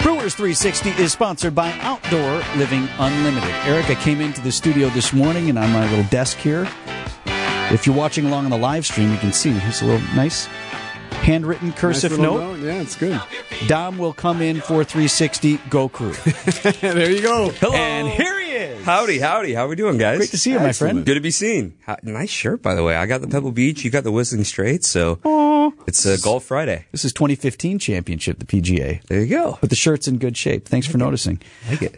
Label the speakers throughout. Speaker 1: 360 is sponsored by Outdoor Living Unlimited. Erica came into the studio this morning and on my little desk here. If you're watching along on the live stream, you can see it's a little nice handwritten
Speaker 2: Nice
Speaker 1: cursive
Speaker 2: little
Speaker 1: note.
Speaker 2: note. Yeah, it's good.
Speaker 1: Dom will come in for 360 Go Crew. Oh.
Speaker 2: there you go.
Speaker 1: Hello.
Speaker 3: And
Speaker 1: here he is.
Speaker 3: Howdy, howdy. How we doing, guys?
Speaker 1: Great to see you, my friend.
Speaker 2: Excellent.
Speaker 3: Good to be seen. Hi- Nice shirt, by the way. I got the Pebble Beach. You got the Whistling Straits. So it's uh, Golf Friday.
Speaker 1: This is 2015 championship, the PGA.
Speaker 3: There you go.
Speaker 1: But the shirt's in good shape. Thanks for noticing.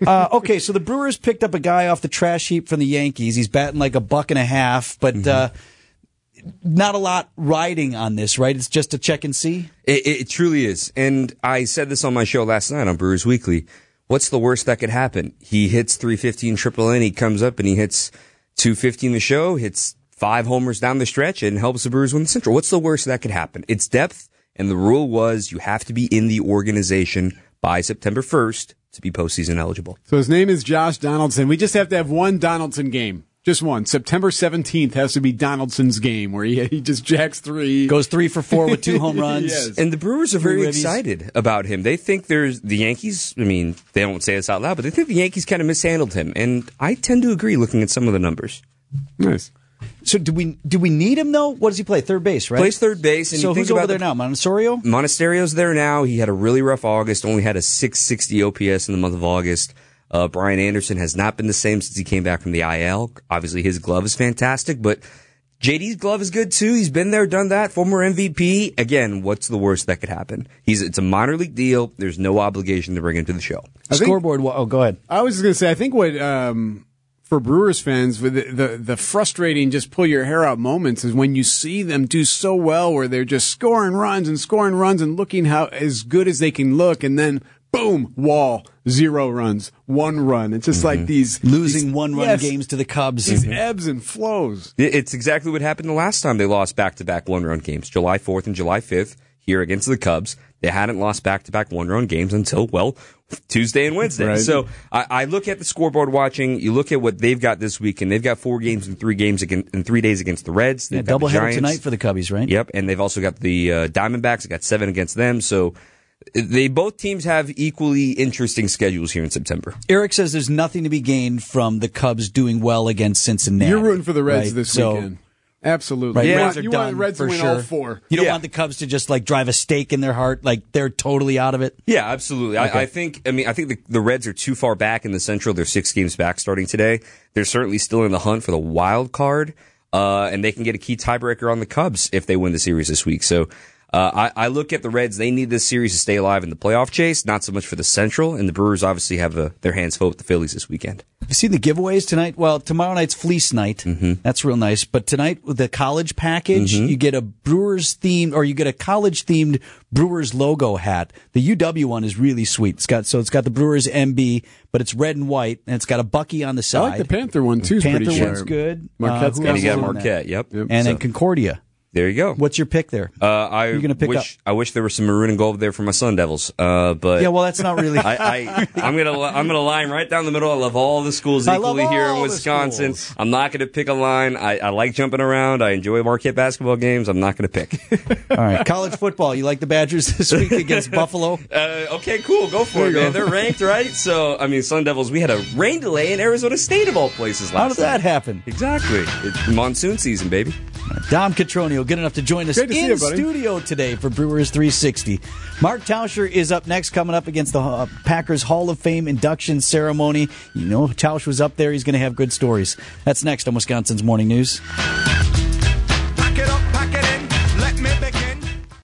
Speaker 1: Uh, okay, so the Brewers picked up a guy off the trash heap from the Yankees. He's batting like a buck and a half, but
Speaker 3: Mm-hmm.
Speaker 1: uh, not a lot riding on this, right? It's just a check and see.
Speaker 3: It, it, it truly is. And I said this on my show last night on Brewers Weekly. What's the worst that could happen? He hits 315 triple N. He comes up and he hits 250 in the show, hits five homers down the stretch and helps the Brewers win the Central. What's the worst that could happen? It's depth. And the rule was you have to be in the organization by September 1st to be postseason eligible.
Speaker 2: So his name is Josh Donaldson. We just have to have one Donaldson game. Just one. September 17th has to be Donaldson's game where he, he just jacks three.
Speaker 1: Goes three for four with two home runs.
Speaker 2: Yes.
Speaker 3: And the Brewers are very
Speaker 1: Ribbies.
Speaker 3: excited about him. They think there's the Yankees. I mean, they don't say this out loud, but they think the Yankees kind of mishandled him. And I tend to agree looking at some of the numbers.
Speaker 2: Nice.
Speaker 1: So do we do we need him though? What does he play? Third base, right?
Speaker 3: Plays third base. And
Speaker 1: so
Speaker 3: you think
Speaker 1: who's over
Speaker 3: about
Speaker 1: there now?
Speaker 3: the-
Speaker 1: Montsorio?
Speaker 3: Monasterio's there now. He had a really rough August, only had a 660 OPS in the month of August. Uh, Brian Anderson has not been the same since he came back from the IL. Obviously, his glove is fantastic, but JD's glove is good too. He's been there, done that. Former MVP. Again, what's the worst that could happen? He's it's a minor league deal. There's no obligation to bring him to the show.
Speaker 2: think-
Speaker 1: Scoreboard. wa- Oh, go ahead.
Speaker 2: I was just going to say, I think what, um, for Brewers fans, with the, the, the frustrating, just pull your hair out moments is when you see them do so well where they're just scoring runs and scoring runs and looking how as good as they can look. And then boom, wall, zero runs, one run. It's just like these
Speaker 1: Losing one run
Speaker 2: yes.
Speaker 1: games to the Cubs.
Speaker 2: these ebbs and flows.
Speaker 3: It- It's exactly what happened the last time they lost back to back one run games, July 4th and July 5th, here against the Cubs. They hadn't lost back to back one run games until, well, Tuesday and Wednesday.
Speaker 2: Right.
Speaker 3: So I, I look at the scoreboard watching. You look at what they've got this week, and they've got four games and three games again, in three days against the Reds. They've
Speaker 1: Yeah,
Speaker 3: got the
Speaker 1: doubleheader
Speaker 3: Giants.
Speaker 1: tonight for the Cubbies, right?
Speaker 3: Yep, and they've also got the uh, Diamondbacks. They got seven against them. So they both teams have equally interesting schedules here in September.
Speaker 1: Eric says there's nothing to be gained from the Cubs doing well against Cincinnati.
Speaker 2: You're rooting for the Reds
Speaker 1: right?
Speaker 2: this
Speaker 1: so,
Speaker 2: weekend. Absolutely.
Speaker 1: Right,
Speaker 2: you
Speaker 1: Reds
Speaker 2: want,
Speaker 1: are
Speaker 2: you
Speaker 1: done
Speaker 2: want the Reds
Speaker 1: for
Speaker 2: to win
Speaker 1: sure.
Speaker 2: all four.
Speaker 1: You don't
Speaker 3: Yeah.
Speaker 1: want the Cubs to just like drive a stake in their heart, like they're totally out of it.
Speaker 3: Yeah, absolutely. I, I think. I mean, I think the, the Reds are too far back in the Central. They're six games back starting today. They're certainly still in the hunt for the wild card, uh, and they can get a key tiebreaker on the Cubs if they win the series this week. So. Uh, I, I look at the Reds. They need this series to stay alive in the playoff chase, not so much for the Central. And the Brewers obviously have uh, their hands full with the Phillies this weekend.
Speaker 1: You see the giveaways tonight? Well, tomorrow night's fleece night. That's real nice. But tonight with the college package, you get a Brewers themed or you get a college themed Brewers logo hat. The UW one is really sweet. It's got so it's got the Brewers MB, but it's red and white, and it's got a Bucky on the
Speaker 2: I
Speaker 1: side.
Speaker 2: like the Panther one too. is
Speaker 1: Panther
Speaker 2: pretty
Speaker 1: one's
Speaker 2: sharp.
Speaker 1: good. Uh,
Speaker 2: Marquette's
Speaker 1: who
Speaker 2: got
Speaker 3: And you
Speaker 1: else
Speaker 3: got
Speaker 1: is in that?
Speaker 3: Marquette. Yep.
Speaker 1: and then
Speaker 3: So,
Speaker 1: Concordia.
Speaker 3: there you go.
Speaker 1: What's your pick there?
Speaker 3: uh, I
Speaker 1: you're gonna pick
Speaker 3: wish I wish there was some maroon and gold there for my Sun Devils. Uh, but
Speaker 1: yeah, well, that's not really.
Speaker 3: I, I I'm gonna li- I'm gonna line right down the middle. I love all the schools
Speaker 1: I love
Speaker 3: equally here
Speaker 1: all
Speaker 3: in
Speaker 1: the
Speaker 3: Wisconsin.
Speaker 1: schools.
Speaker 3: I'm not gonna pick a line. I, I like jumping around. I enjoy Marquette basketball games. I'm not gonna pick.
Speaker 1: All right, college football. You like the Badgers this week against Buffalo?
Speaker 3: uh, okay, cool. Go for it,
Speaker 2: you go.
Speaker 3: man. They're ranked, right? So I mean, Sun Devils. We had a rain delay in Arizona State of all places last.
Speaker 1: How did that
Speaker 3: night.
Speaker 1: happen?
Speaker 3: Exactly. It's monsoon season, baby.
Speaker 1: Dom Catronio, good enough to join us
Speaker 2: Great to see
Speaker 1: in
Speaker 2: you, buddy.
Speaker 1: studio today for Brewers 360. Mark Tauscher is up next, coming up against the uh, Packers Hall of Fame induction ceremony. You know, Tausch was up there. He's going to have good stories. That's next on Wisconsin's Morning News.